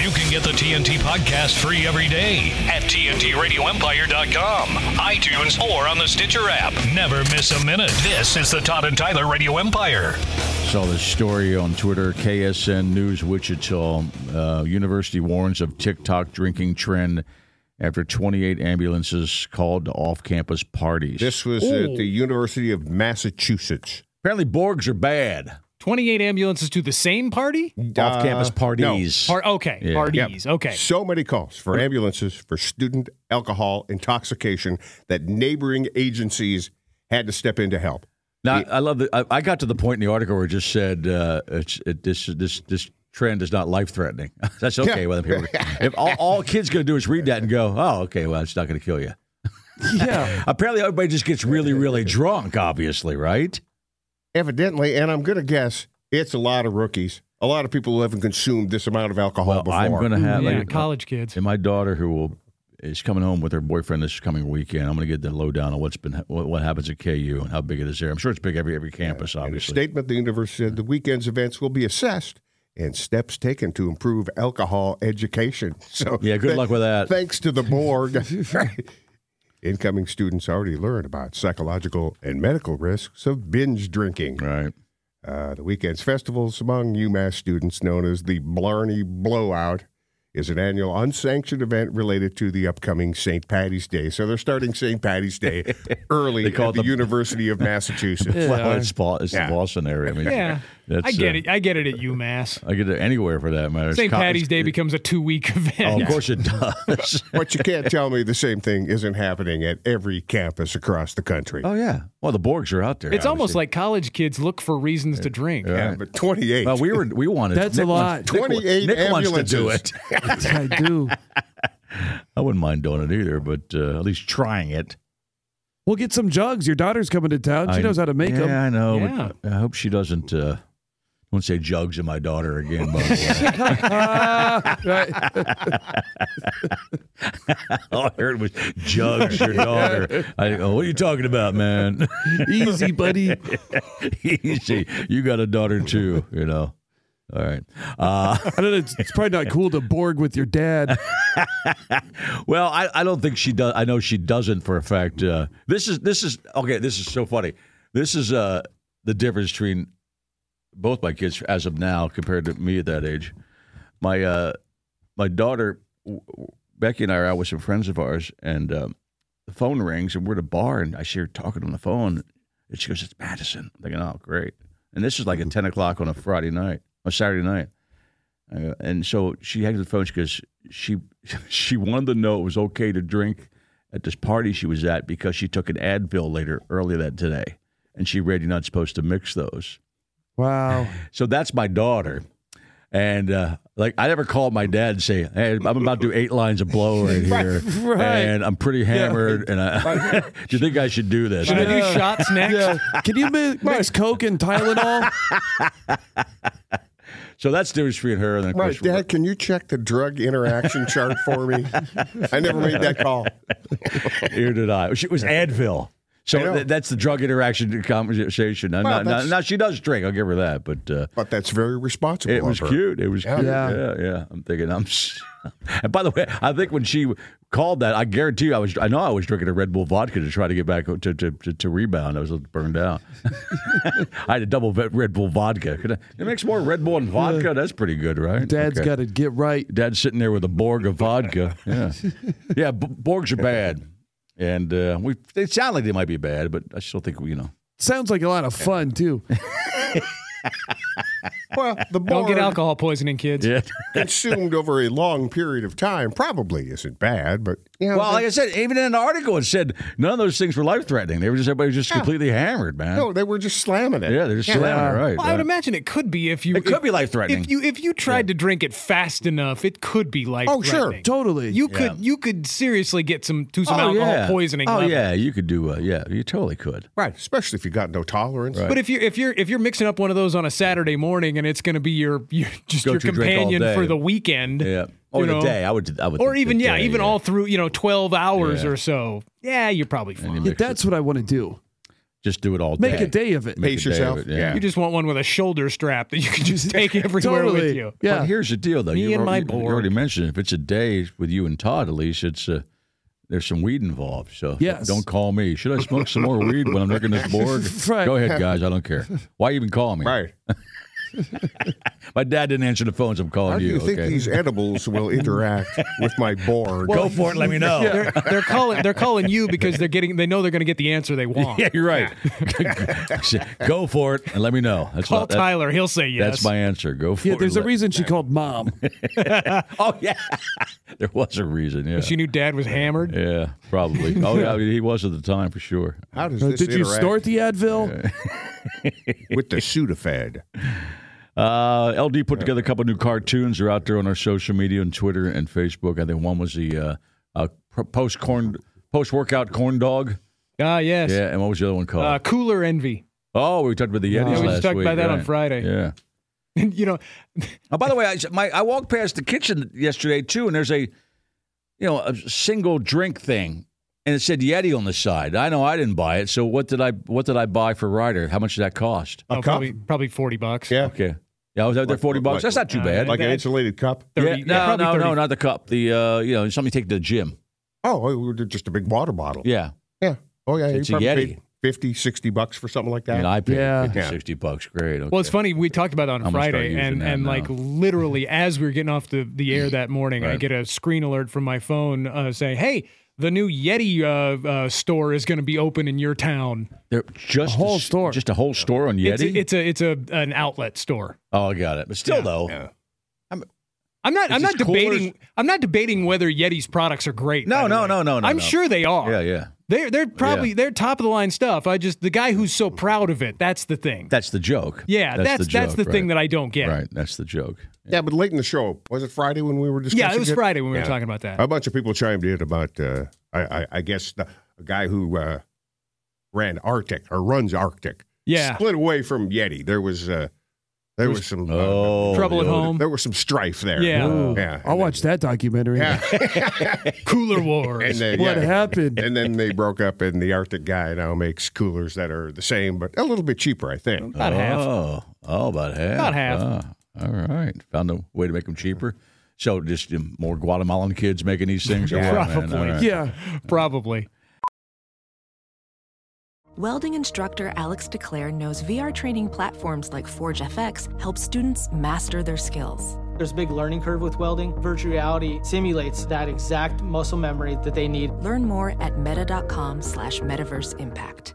You can get the TNT podcast free every day at TNTRadioEmpire.com, iTunes, or on the Stitcher app. Never miss a minute. This is the Todd and Tyler Radio Empire. Saw this story on Twitter, KSN News Wichita. Uh, university warns of TikTok drinking trend after 28 ambulances called to off campus parties. This was at the University of Massachusetts. Apparently, Borgs are bad. 28 ambulances to the same party? off campus parties. Par- okay, Yeah. parties. Okay. So many calls for ambulances for student alcohol intoxication that neighboring agencies had to step in to help. Now, I love that. I, I got to the point in the article where it just said uh, it's, it, this this this trend is not life threatening. That's okay Yeah. with people. If all, all kids going to do is read that and go, oh, okay, well, it's not going to kill you. Yeah. Apparently, everybody just gets really, really drunk. Obviously, right? Evidently, and I'm going to guess it's a lot of rookies, a lot of people who haven't consumed this amount of alcohol Well, before. I'm going to have yeah, like, college kids. and my daughter who will is coming home with her boyfriend this coming weekend. I'm going to get the lowdown on what's been what, what happens at KU and how big it is there. I'm sure it's big every every campus, In a obviously. statement, the university said the weekend's events will be assessed and steps taken to improve alcohol education. So Yeah, good luck with that. Thanks to the Borg. Incoming students already learn about psychological and medical risks of binge drinking. Right. Uh, the weekend's festivals among UMass students, known as the Blarney Blowout, is an annual unsanctioned event related to the upcoming St. Patty's Day. So they're starting St. Patty's Day early They at call the, it the- University of Massachusetts. Well, it's, Bo- it's Yeah. the Boston area. I mean, Yeah. that's, I get uh, it. I get it at UMass. I get it anywhere for that matter. It's St. co- Patty's it's- Day becomes a two week Oh, event. of course it does. But you can't tell me the same thing isn't happening at every campus across the country. oh yeah. Well, the Borgs are out there. It's almost obviously. like college kids look for reasons to drink. yeah, but 28. Well, we were we wanted. That's Nick a lot. Wants, Nick wa- 28 Nick wants to do it. ambulances. I do. I wouldn't mind doing it either, but uh, at least trying it. We'll get some jugs. Your daughter's coming to town. She I- knows how to make yeah, them. I know. Yeah. But I hope she doesn't. Uh, I won't say jugs in my daughter again. By the way. All I heard was jugs your daughter. I, oh, what are you talking about, man? Easy, buddy. Easy. You got a daughter too, you know. All right. Uh, I don't know. It's, it's probably not cool to Borg with your dad. Well, I, I don't think she does. I know she doesn't for a fact. Uh, this is this is okay. This is so funny. This is uh, the difference between both my kids as of now compared to me at that age. My uh, my daughter w- w- Becky and I are out with some friends of ours, and um, the phone rings, and we're at a bar, and I see her talking on the phone, and she goes, "It's Madison." I'm thinking, "Oh, great!" And this is like at ten o'clock on a Friday night, or Saturday night. Uh, and so she hangs up the phone. She goes, she she wanted to know it was okay to drink at this party she was at because she took an Advil later earlier that today, and she read you're not supposed to mix those. Wow. So that's my daughter, and uh, like I never called my dad and say, "Hey, I'm about to do eight lines of blow right here, right. and I'm pretty hammered, and I do you think I should do this?" Should I do shots next? Yeah. Can you mi- mix Coke and Tylenol? So that's the difference between her and then of Right, course Dad, can you check the drug interaction chart for me? I never made that call. Here did I. She- It was Advil. I So know. th- that's the drug interaction conversation. Now, Well, now- now- that's- now she does drink. I'll give her that. But uh, But that's very responsible. it was of her. cute. It was Yeah. cute. Yeah. Yeah, yeah. I'm thinking I'm. s- And by the way, I think when she called that, I guarantee you, I was. I know I was drinking a Red Bull vodka to try to get back to to, to, to rebound. I was burned out. I had a double vet- Red Bull vodka. Could I, it makes more Red Bull and vodka. That's pretty good, right? Dad's Okay. got to get right. Dad's sitting there with a Borg of vodka. Yeah, yeah. B- Borgs are bad, and uh, we they sound like they might be bad, but I still think you know. Sounds like a lot of fun, too. Well, the Don't get board alcohol poisoning, kids. Yeah. consumed over a long period of time probably isn't bad, but you know, Well, the- like I said, even in an article, it said none of those things were life threatening. They were just everybody was just completely hammered, man. no, they were just slamming it. yeah, they're just slamming it, right? Uh, Well, I would right. imagine it could be if you. It could if- be life-threatening. If you if you tried to drink it fast enough, it could be life. Oh, sure. Totally. You could you could seriously get some to some oh, alcohol yeah. poisoning. Oh level. yeah, you could do. Uh, yeah, you totally could. Right, especially if you got no tolerance. But if you're if you're if you're mixing up one of those on a Saturday morning and it's going to be your, your just your Go-to drink all companion day. for the weekend, Yeah. Or you the know, day, I would. I would. or think even the yeah, day, even all through you know twelve hours Yeah. or so, yeah, you're probably fine. Yeah, that's what I want to do. Just do it all day. Make a day of it. Make Pace a day of yourself. it, Yeah. You just want one with a shoulder strap that you can just take everywhere totally. with you. Yeah. But here's the deal, though. Me you, and al- my you- you board. already mentioned if it's a day with you and Todd, at least it's uh, there's some weed involved. So Yes. don't call me. Should I smoke some more weed when I'm looking this board? Right. Go ahead, guys. I don't care. Why even call me? Right. My dad didn't answer the phones. I'm calling How do you think okay. these edibles will interact with my board? Go for it. Let me know. They're, they're calling they're calling you because they're getting they know they're going to get the answer they want. Yeah, you're right. Go for it and let me know. That's Call not- that- Tyler, he'll say yes. That's my answer. Go for Yeah, it. there's a Let- reason she called mom. Uh, Oh yeah, there was a reason. Yeah, She knew Dad was hammered. yeah, probably. Oh yeah, I mean, he was at the time for sure. How does this Did you interact snort the Advil? with the Sudafed? Uh, LD put together a couple new cartoons. They're out there on our social media on Twitter and Facebook. I think one was the uh, uh, post corn post workout corn dog. Ah, yes. Yeah, and what was the other one called? Uh, cooler envy. oh, we talked about the Yetis Yeah, last we just talked week, about that on right. Friday. Yeah. And you know, Oh, by the way, I, my, I walked past the kitchen yesterday too, and there's a, you know, a single drink thing, and it said Yeti on the side. I know I didn't buy it, so what did I? What did I buy for Ryder? How much did that cost? oh, probably probably forty bucks. Yeah. Okay, yeah, I was out there Like- forty bucks. like- That's not uh, too bad. Like an Bad. insulated cup? 30, yeah, no, yeah, probably no, 30. no, not the cup. The uh, you know, something you take to the gym. Oh, just a big water bottle. Yeah, Yeah. Oh, yeah. It's a you probably Yeti. paid 50, 60 bucks for something like I mean, that. I paid Yeah. 50, Yeah. 60 bucks. Great. Okay. Well, it's funny. We talked about it on I'm gonna start Friday, using and that and now. like literally as we were getting off the the air that morning, I Right. get a screen alert from my phone uh, saying, "Hey, the new Yeti uh, uh, store is going to be open in your town. They're just A whole s- store. just a whole store on Yeti. It's a, it's a it's a an outlet store." oh, I got it. But still, though, I'm not. Is I'm not this cooler? debating. I'm not debating whether Yeti's products are great. No, by the no, way. no, no, no, I'm no. sure they are. yeah, yeah, They're they're probably they're top of the line stuff. I just the guy who's so proud of it. That's the thing. that's the joke. yeah, that's that's the, joke, right. thing that I don't get. Right, that's the joke. yeah, but late in the show, was it Friday when we were discussing Yeah, it was Friday when we were talking about that. A bunch of people chimed in about, uh, I, I, I guess, the, a guy who uh, ran Arctic or runs Arctic. Yeah. Split away from Yeti. There was, uh, there was some. uh, Oh, Trouble at the old- home. There was some strife there. Yeah. Ooh. yeah. I'll watch that documentary. Cooler And Wars. then, What yeah. happened? and then they broke up, and the Arctic guy now makes coolers that are the same, but a little bit cheaper, I think. About oh. half. Oh, about half. About half. Ah, all right. Found a way to make them cheaper. So just um, more Guatemalan kids making these things. or what, man? Probably. All right. yeah. Probably. Welding instructor Alex DeClaire knows VR training platforms like Forge FX help students master their skills. There's a big learning curve with welding. Virtual reality simulates that exact muscle memory that they need. Learn more at meta.com slash metaverse impact.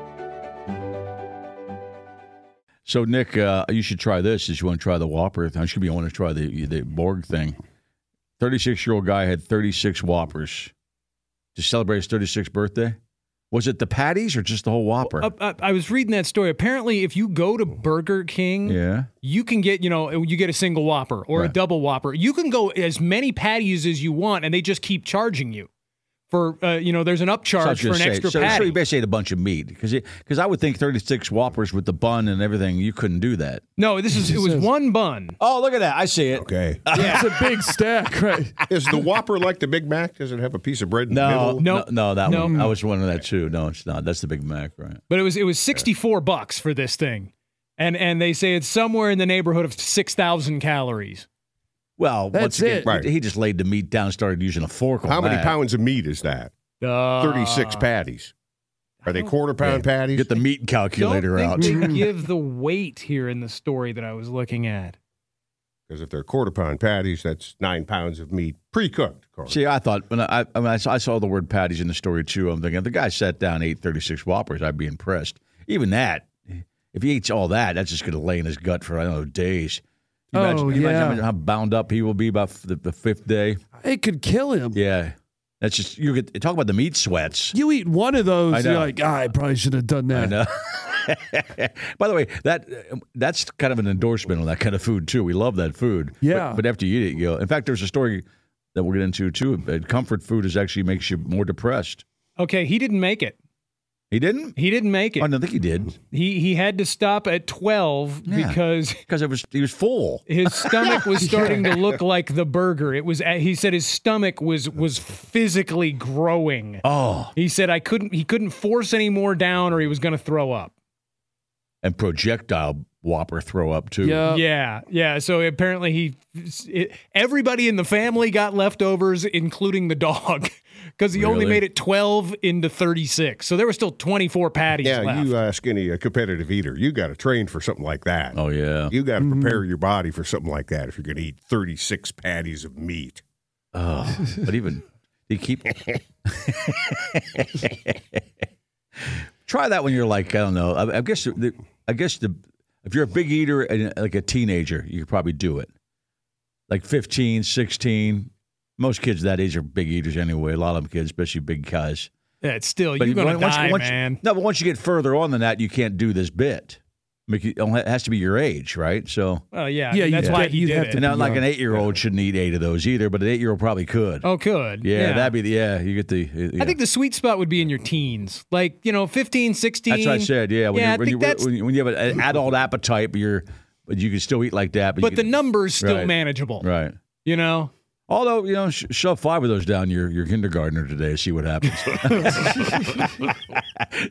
So Nick, uh, you should try this. If you want to try the Whopper, I should be. I want to try the the Borg thing. Thirty-six year old guy had thirty-six Whoppers to celebrate his thirty-sixth birthday. Was it the patties or just the whole Whopper? Up- up- Uh, I was reading that story. Apparently, if you go to Burger King, yeah. you can get, you know, you get a single Whopper or a Right. double Whopper. You can go as many patties as you want, and they just keep charging you for, uh, you know, there's an So I was upcharge for an gonna say, extra so, so patty. you basically ate a bunch of meat because because I would think thirty-six Whoppers with the bun and everything. You couldn't do that. no, this is it was one bun. Oh, look at that! I see it. Okay. It's a big stack, right? Is the Whopper like the Big Mac? Does it have a piece of bread in the No, middle? no, No. no, that No. one. I was wondering that too. No, it's not. That's the Big Mac, right? But it was it was 64 bucks for this thing. and and they say it's somewhere in the neighborhood of six thousand calories. Well, That's once again, it. Right. he just laid the meat down and started using a fork. How on many that. pounds of meat is that? Uh, 36 patties. Are they quarter pound patties? Get the meat calculator don't out. think They give the weight here in the story that I was looking at. Because if they're quarter pound patties, that's nine pounds of meat pre cooked. See, I thought when I I, mean, I, saw, I saw the word patties in the story too. I'm thinking if the guy sat down ate 36 Whoppers, I'd be impressed. Even that, if he eats all that, that's just going to lay in his gut for I don't know days. Can you Oh, can you yeah. how bound up he will be by f- the, the fifth day. It could kill him. Yeah, that's just you get talk about the meat sweats. You eat one of I those, you're know. like, ah, I probably should have done that. I know. uh, By the way, that that's kind of an endorsement on that kind of food too. We love that food. Yeah. But, but after you eat it, you go. In fact, there's a story that we'll get into too. uh, Comfort food is actually makes you more depressed. Okay, he didn't make it. He didn't. He didn't make Oh, it. no, I think he did He he had to stop at twelve Yeah. because because it was he was full. his stomach was starting to look like the burger. It was he said his stomach was was physically growing. Oh, He said I couldn't he couldn't force any more down or he was going to throw up. and projectile whopper throw up too. Yeah. yeah, yeah. So apparently he, it, everybody in the family got leftovers, including the dog, because he only Really? made it twelve into thirty six. So there were still twenty four patties Yeah, left. you ask any uh, competitive eater, you got to train for something like that. Oh yeah. You got to prepare your body for something like that if you're going to eat 36 patties of meat. Oh, but even you keep. Try that when you're like I don't know. I, I guess the, I guess the if you're a big eater and uh, like a teenager, you could probably do it. Like 15, 16. Most kids that age are big eaters anyway. A lot of them kids, especially big guys. That's still you're gonna once, die, once, man. No, but once you get further on than that, you can't do this bit. I mean, you- It has to be your age, right? So, Well, yeah, Yeah, yeah. That's you'd why get- he you'd did have it. to- and not like Yeah. an eight year old shouldn't eat eight of those either, but an eight year old probably could. oh, good. yeah, that'd be the yeah. You get the. uh, yeah. I think the sweet spot would be in your teens, like you know, 15, 16. That's what I said. Yeah, when, yeah, you I when, think you, that's. when, you, when you have an adult appetite, but you're but you can still eat like that. But, but you the can, number's still Right. manageable. right. You know. Although you know, sh- shove five of those down your your kindergartner today, see what happens.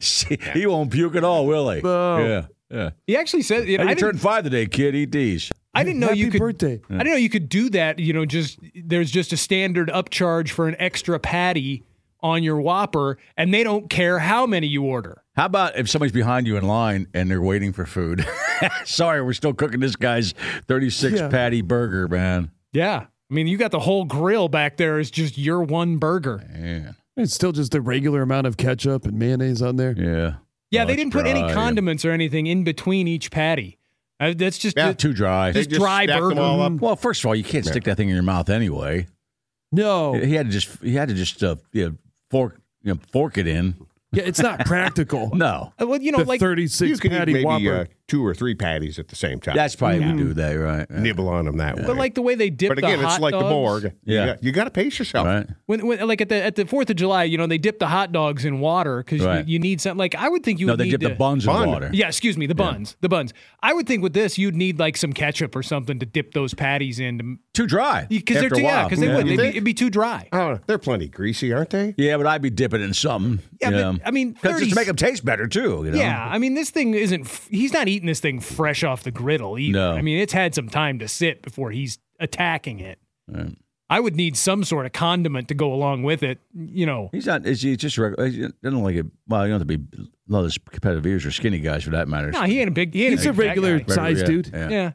See, he won't puke at all, will he? Yeah, yeah. He actually said, Hey, I, you didn't, turned five today, kid. Eat these. I didn't know Happy you could. birthday. I didn't know you could do that. You know, just there's just a standard upcharge for an extra patty on your Whopper, and they don't care how many you order. How about if somebody's behind you in line and they're waiting for food? Sorry, we're still cooking this guy's 36 Yeah. patty burger, man. Yeah, I mean, you got the whole grill back there is just your one burger. Man. It's still just the regular amount of ketchup and mayonnaise on there. Yeah. Yeah, Oh, they it's didn't put any dry. condiments or anything in between each patty. Uh, that's just Yeah. Too dry. They Just dry stack them burger. all up. Well, first of all, you can't stick that thing in your mouth anyway. No. Oh. He had to just he had to just uh, you know, fork you know, fork it in. Yeah, it's not practical. No, uh, well, you know, The like 36 You can eat patty maybe whopper. uh, two or three patties at the same time. that's probably we do that right. Yeah. nibble on them that way. but like the way they dip. But again, the it's hot like the dogs. Borg. Yeah. You got, you got to pace yourself. Right? When, when, like at the at the Fourth of July, you know, they dip the hot dogs in water because Right. you, you need something. Like I would think you No, would they need dip the to- buns in Bun. water. Yeah, excuse me, the buns, the buns. I would think with this, you'd need like some ketchup or something to dip those patties in, Too dry. because they're after a too, yeah, while. because they would, You they'd be, think? it'd be too dry. Uh, I don't know. Uh, They're plenty greasy, aren't they? Yeah, but I'd be dipping it in something. Yeah, you but, know. I mean, 'Cause just 30 to make them taste better too. You know? Yeah, I mean, this thing isn't. f- He's not eating this thing fresh off the griddle either. No. I mean, it's had some time to sit before he's attacking it. Right. I would need some sort of condiment to go along with it. You know, He's not. Is he just regular? He doesn't like it. Well, you don't have to be. A lot of those competitive eaters or skinny guys for that matter. no, he ain't a big. He ain't He's a big fat regular guy. Regular, sized yeah, dude. yeah. Yeah,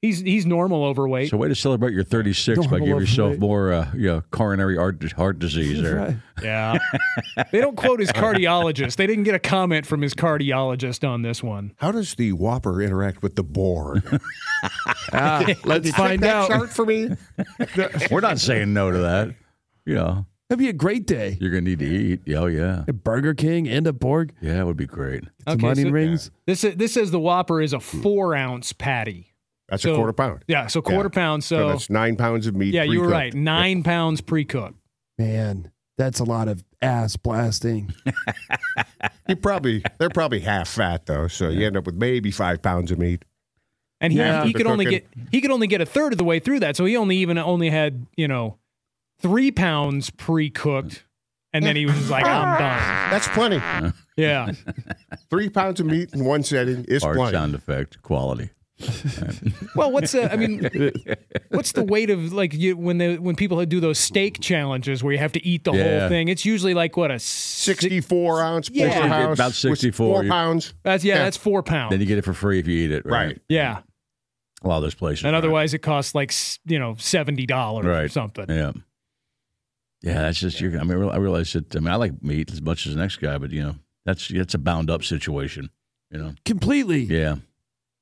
he's he's normal overweight. So way to celebrate your 36 by Normal giving yourself overweight. more, uh, you know, coronary art, heart disease. There. Right. Yeah. they don't quote his cardiologist. They didn't get a comment from his cardiologist on this one. How does the Whopper interact with the Borg? Ah, let's find that out. chart for me? We're not saying no to that. You know, That'd be a great day. you're gonna need to eat. Yeah, Oh yeah, A Burger King and a Borg. yeah, it would be great. Some Okay, onion so- rings. This is, this says the Whopper is a four ounce patty. That's So- Hmm. a quarter pound. Yeah, so quarter pound. So So, that's nine pounds of meat. yeah, you were pre-cooked. right. Nine pounds pre cooked. Man, that's a lot of ass blasting. You probably they're probably half fat though, so you end up with maybe five pounds of meat. And he, Yeah. he could only get he could only get a third of the way through that. So he only even only had, you know, three pounds pre cooked and then he was just like, "I'm done." That's plenty. Yeah, Three pounds of meat in one setting is Hard plenty. sound effect quality. Well, what's the, I mean, what's the weight of like you, when they when people do those steak challenges where you have to eat the Yeah. whole thing? It's usually like what a six. 64 ounce Yeah. porterhouse. About with 64, Four you- pounds. That's yeah, Yeah. that's four pounds. Then you get it for free if you eat it. Right. Right. yeah, A lot of those places. and right? otherwise it costs like s- you know seventy dollars or Right. something. Yeah. Yeah, that's just your. I mean, I real- I realize that. I mean, I like meat as much as the next guy, but you know, that's that's a bound up situation. You know. completely. Yeah.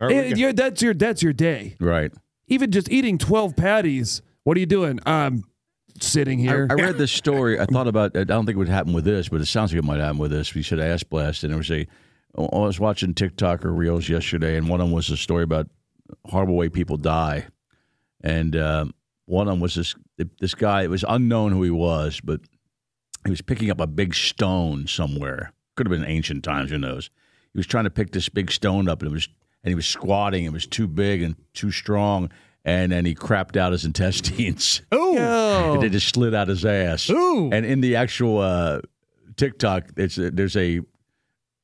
All right, we And got- you're- that's your that's your day. Right. Even just eating twelve patties. What are you doing? I'm sitting I, here. I read this story. I thought about. I don't think it would happen with this, but it sounds like it might happen with this. We should ask blast. And there was a. I was watching TikTok or reels yesterday, and one of them was a story about horrible way people die, and um, one of them was this this guy. It was unknown who he was, but he was picking up a big stone somewhere. Could have been ancient times. Who knows? He was trying to pick this big stone up, and it was and he was squatting. It was too big and too strong, and then he crapped out his intestines. Ooh, Oh, Oh. And it just slid out his ass. Ooh. And in the actual uh, TikTok, it's there's a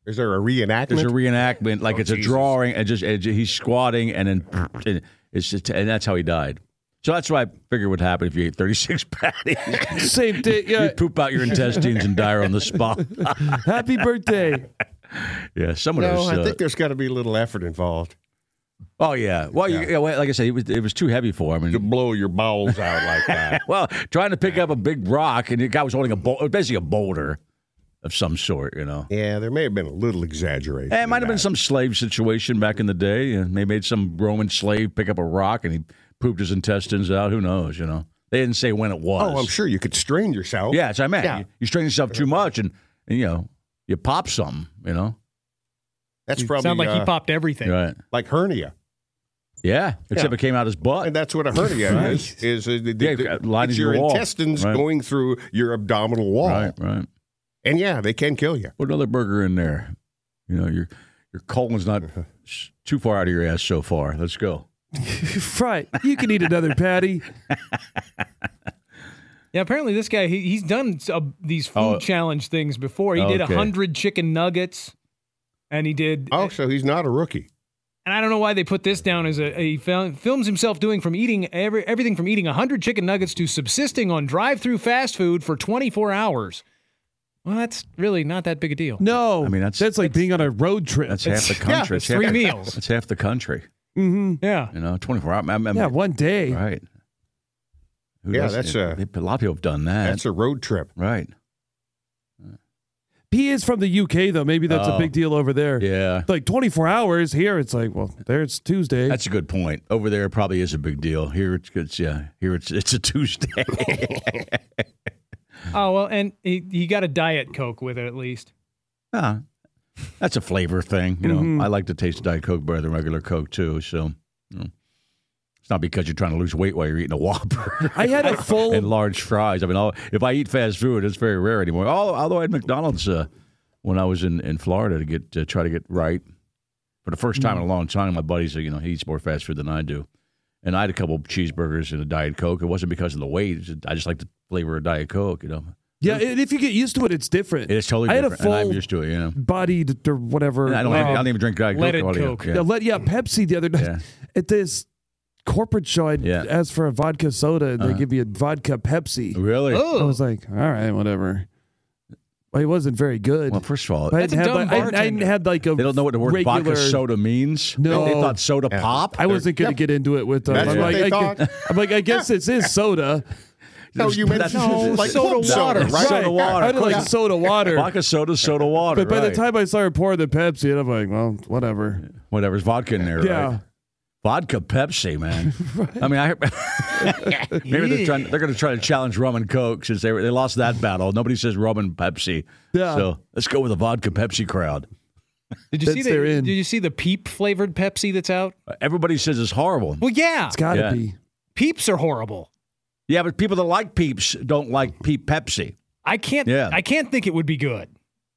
is there a reenactment? there's a reenactment, like it's a drawing, and just and he's squatting, and then and it's just, and that's how he died. So that's why I figured would happen if you ate 36 patties. Same day. Yeah. You'd poop out your intestines and die on the spot. Happy birthday. yeah, someone no, was. I uh, think there's got to be a little effort involved oh yeah. Well, you- yeah, well, like I said, it was, it was too heavy for him. to And, blow your bowels out like that. well, trying to pick up a big rock, and the guy was holding a bowl, basically a boulder of some sort, you know. Yeah, there may have been a little exaggeration. Eh, It in might have been that. some slave situation back in the day. and They made some Roman slave pick up a rock and he pooped his intestines out. Who knows? You know, they didn't say when it was. Oh, I'm sure you could strain yourself. Yeah, that's what I meant. You, you strain yourself too much, and, and, you know, you pop something. You know, that's probably sound like he uh, popped everything. right? like hernia, Yeah, except it came out his butt. and that's what a hernia is. Is uh, the, the, Yeah, lining it's your your wall. intestines Right. going through your abdominal wall, right, right. and yeah, they can kill you. Put another burger in there. You know, your your colon's not s- too far out of your ass so far. Let's go. right. You can eat another patty. Yeah, apparently this guy he, he's done uh, these food Oh. challenge things before. He did a Okay. hundred chicken nuggets, and he did. Oh, so he's not a rookie. And I don't know why they put this down as a, he fil- films himself doing from eating every everything from eating hundred chicken nuggets to subsisting on drive-through fast food for 24 hours. Well, that's really not that big a deal. No. I mean, that's- that's like being on a road trip. That's half the country. it's It's half three the- meals. That's half the country. hmm Yeah, You know, twenty four hours. I, I, Yeah, one day. Right. Who Yeah, doesn't- that's a- they- a lot of people have done that. That's a road trip. right. He is from the UK though. Maybe that's Oh. a big deal over there. Yeah, Like 24 hours here, it's like, well, there's Tuesday. that's a good point. Over there, it probably is a big deal. Here, it's, it's yeah. Here, it's it's a Tuesday. Oh well, and he, he got a diet coke with it at least. Ah, that's a flavor thing. You know, Mm-hmm. I like to taste Diet Coke better than regular Coke too. So, you know. it's not because you're trying to lose weight while you're eating a Whopper. I had a full and large fries. I mean, I'll, if I eat fast food, it's very rare anymore. Al- Although I had McDonald's uh, when I was in, in Florida to get to try to get right for the first Mm. time in a long time. My buddy said, you know, he eats more fast food than I do, and I had a couple cheeseburgers and a diet coke. It wasn't because of the weight. It's just- I just like the flavor of diet coke. You know, Yeah, and if you get used to it, it's different. it's totally I had a different. and I'm full- used to it. You know, Bodied or whatever. And I don't, like- even, I don't even drink diet Leaded coke. Coke. Yeah, Yeah. let yeah, Pepsi the other night Yeah. at this corporate show. I Yeah. Uh-huh. asked for a vodka soda, and they give you a vodka Pepsi. Really? I Oh, was like, all right, whatever. Well, it wasn't very good. Well, first of all, But they I That's a hadn't had dumb like, I hadn't- I hadn't bartender. had like a. don't know what the word regular, vodka soda means. No. they thought soda pop. I wasn't going to get into it with them. That's I'm, what like, they I thought. gu- I'm like, I guess this is soda. No, you meant That's- No, like soda club soda, water. right? Soda water. I did like Yeah. soda water. Vodka soda, soda water. but by right. the time I started pouring the Pepsi, and I'm like, well, whatever. whatever's vodka in there, Yeah. right? Vodka Pepsi, man. I mean, I maybe they're trying. They're going to try to challenge rum and coke since they were, they lost that battle. Nobody says rum and Pepsi. Yeah. So let's go with the vodka Pepsi crowd. did you see That's the their in. Did you see the peep flavored Pepsi that's out? Everybody says it's horrible. Well, yeah, It's got to Yeah. be. peeps are horrible. Yeah, but people that like Peeps don't like Peep Pepsi. I can't. Yeah. I can't think it would be good.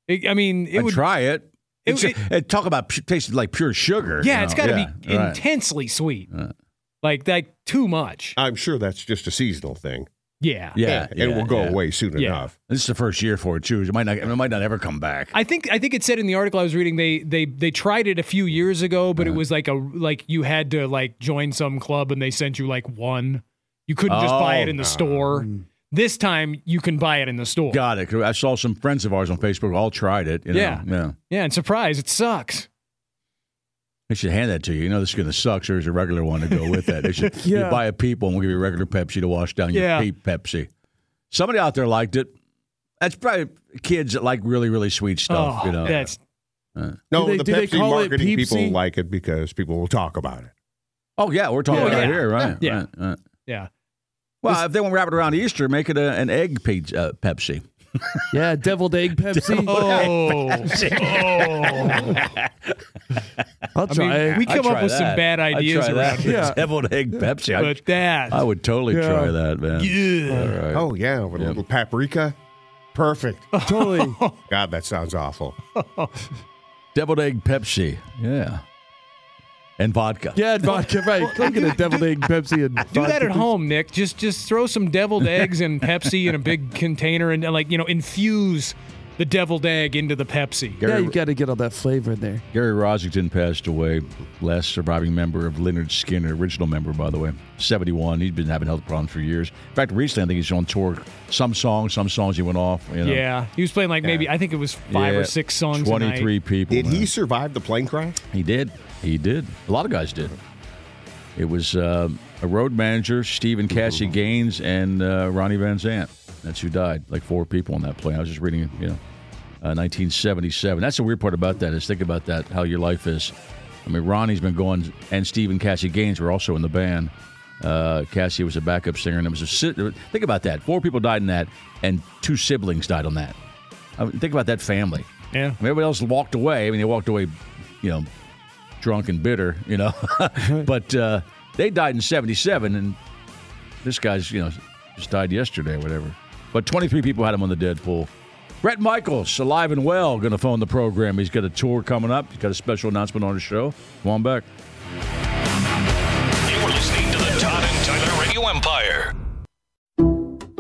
It, I mean, it I would. try it. it It's, would- and talk about pu- tasted like pure sugar. yeah, you it's know? got to be Yeah, right. Uh. intensely sweet. Right. Like like too much. I'm sure that's just a seasonal thing. Yeah. Yeah, and it will go yeah. away soon Yeah. enough. This is the first year for it too. It might not. It might not ever come back. I think I think it said in the article I was reading they they they tried it a few years ago, but it Uh-huh. was like a like you had to like join some club and they sent you like one. You couldn't just buy Oh. it in the store. This time you can buy it in the store. Got it. I saw some friends of ours on Facebook all tried it. you know? Yeah. Yeah. Yeah, and surprise, it sucks. They should hand that to you. You know this is going to suck. So there's a regular one to go with that. They should you Yeah. buy a people and we'll give you a regular Pepsi to wash down Yeah. your pee Pepsi. Somebody out there liked it. That's probably kids that like really really sweet stuff. oh, you know. that's No, they- the do they Pepsi call it marketing people Pepsi? like it because people will talk about it. Oh yeah, we're talking Yeah. about Yeah. it here, right? Yeah. Right, right. yeah. Well, if they want to wrap it around Easter, make it a, an egg pe- uh, Pepsi. Yeah, deviled egg Pepsi. Oh, I'll I mean, try. it. we come I'd up try with some that. bad I'd ideas try that around with here, Yeah. Deviled egg Pepsi. I'd- but that I would totally Yeah. try that, man. yeah. All right. Oh yeah, with a little paprika. Perfect. totally. God, that sounds awful. Deviled egg Pepsi. Yeah. And vodka. Yeah, and vodka. Right. I'm gonna deviled egg Pepsi and Do vodka that at Pepsi. home, Nick. Just just throw some deviled eggs and Pepsi in a big container and like you know infuse the deviled egg into the Pepsi. Yeah, Gary- you got to get all that flavor in there. Gary Rosington passed away, last surviving member of Leonard Skinner, original member, by the way, 71. He's been having health problems for years. In fact, recently, I think he's on tour. Some songs, some songs he went off. You know. Yeah, he was playing like maybe I think it was five Yeah. or six songs. a night. 23 people. Did man. he survive the plane crash? He did. He did. A lot of guys did. It was uh, a road manager, Stephen Cassie Gaines, and uh, Ronnie Van Zant. That's who died. Like four people on that plane. I was just reading, you know, uh, 1977. That's the weird part about that is think about that, how your life is. I mean, Ronnie's been going, and Stephen Cassie Gaines were also in the band. Uh, Cassie was a backup singer, and it was a si- think about that. Four people died in that, and two siblings died on that. I mean, think about that family. I Yeah. mean, everybody else walked away. I mean, they walked away, you know, drunk and bitter, you know. but uh, they died in 77, and this guy's, you know, just died yesterday or whatever. But 23 people had him on the dead pool. Brett Michaels, alive and well, going to phone the program. He's got a tour coming up. He's got a special announcement on his show. Come on back. You're listening to the Todd and Tyler Radio Empire.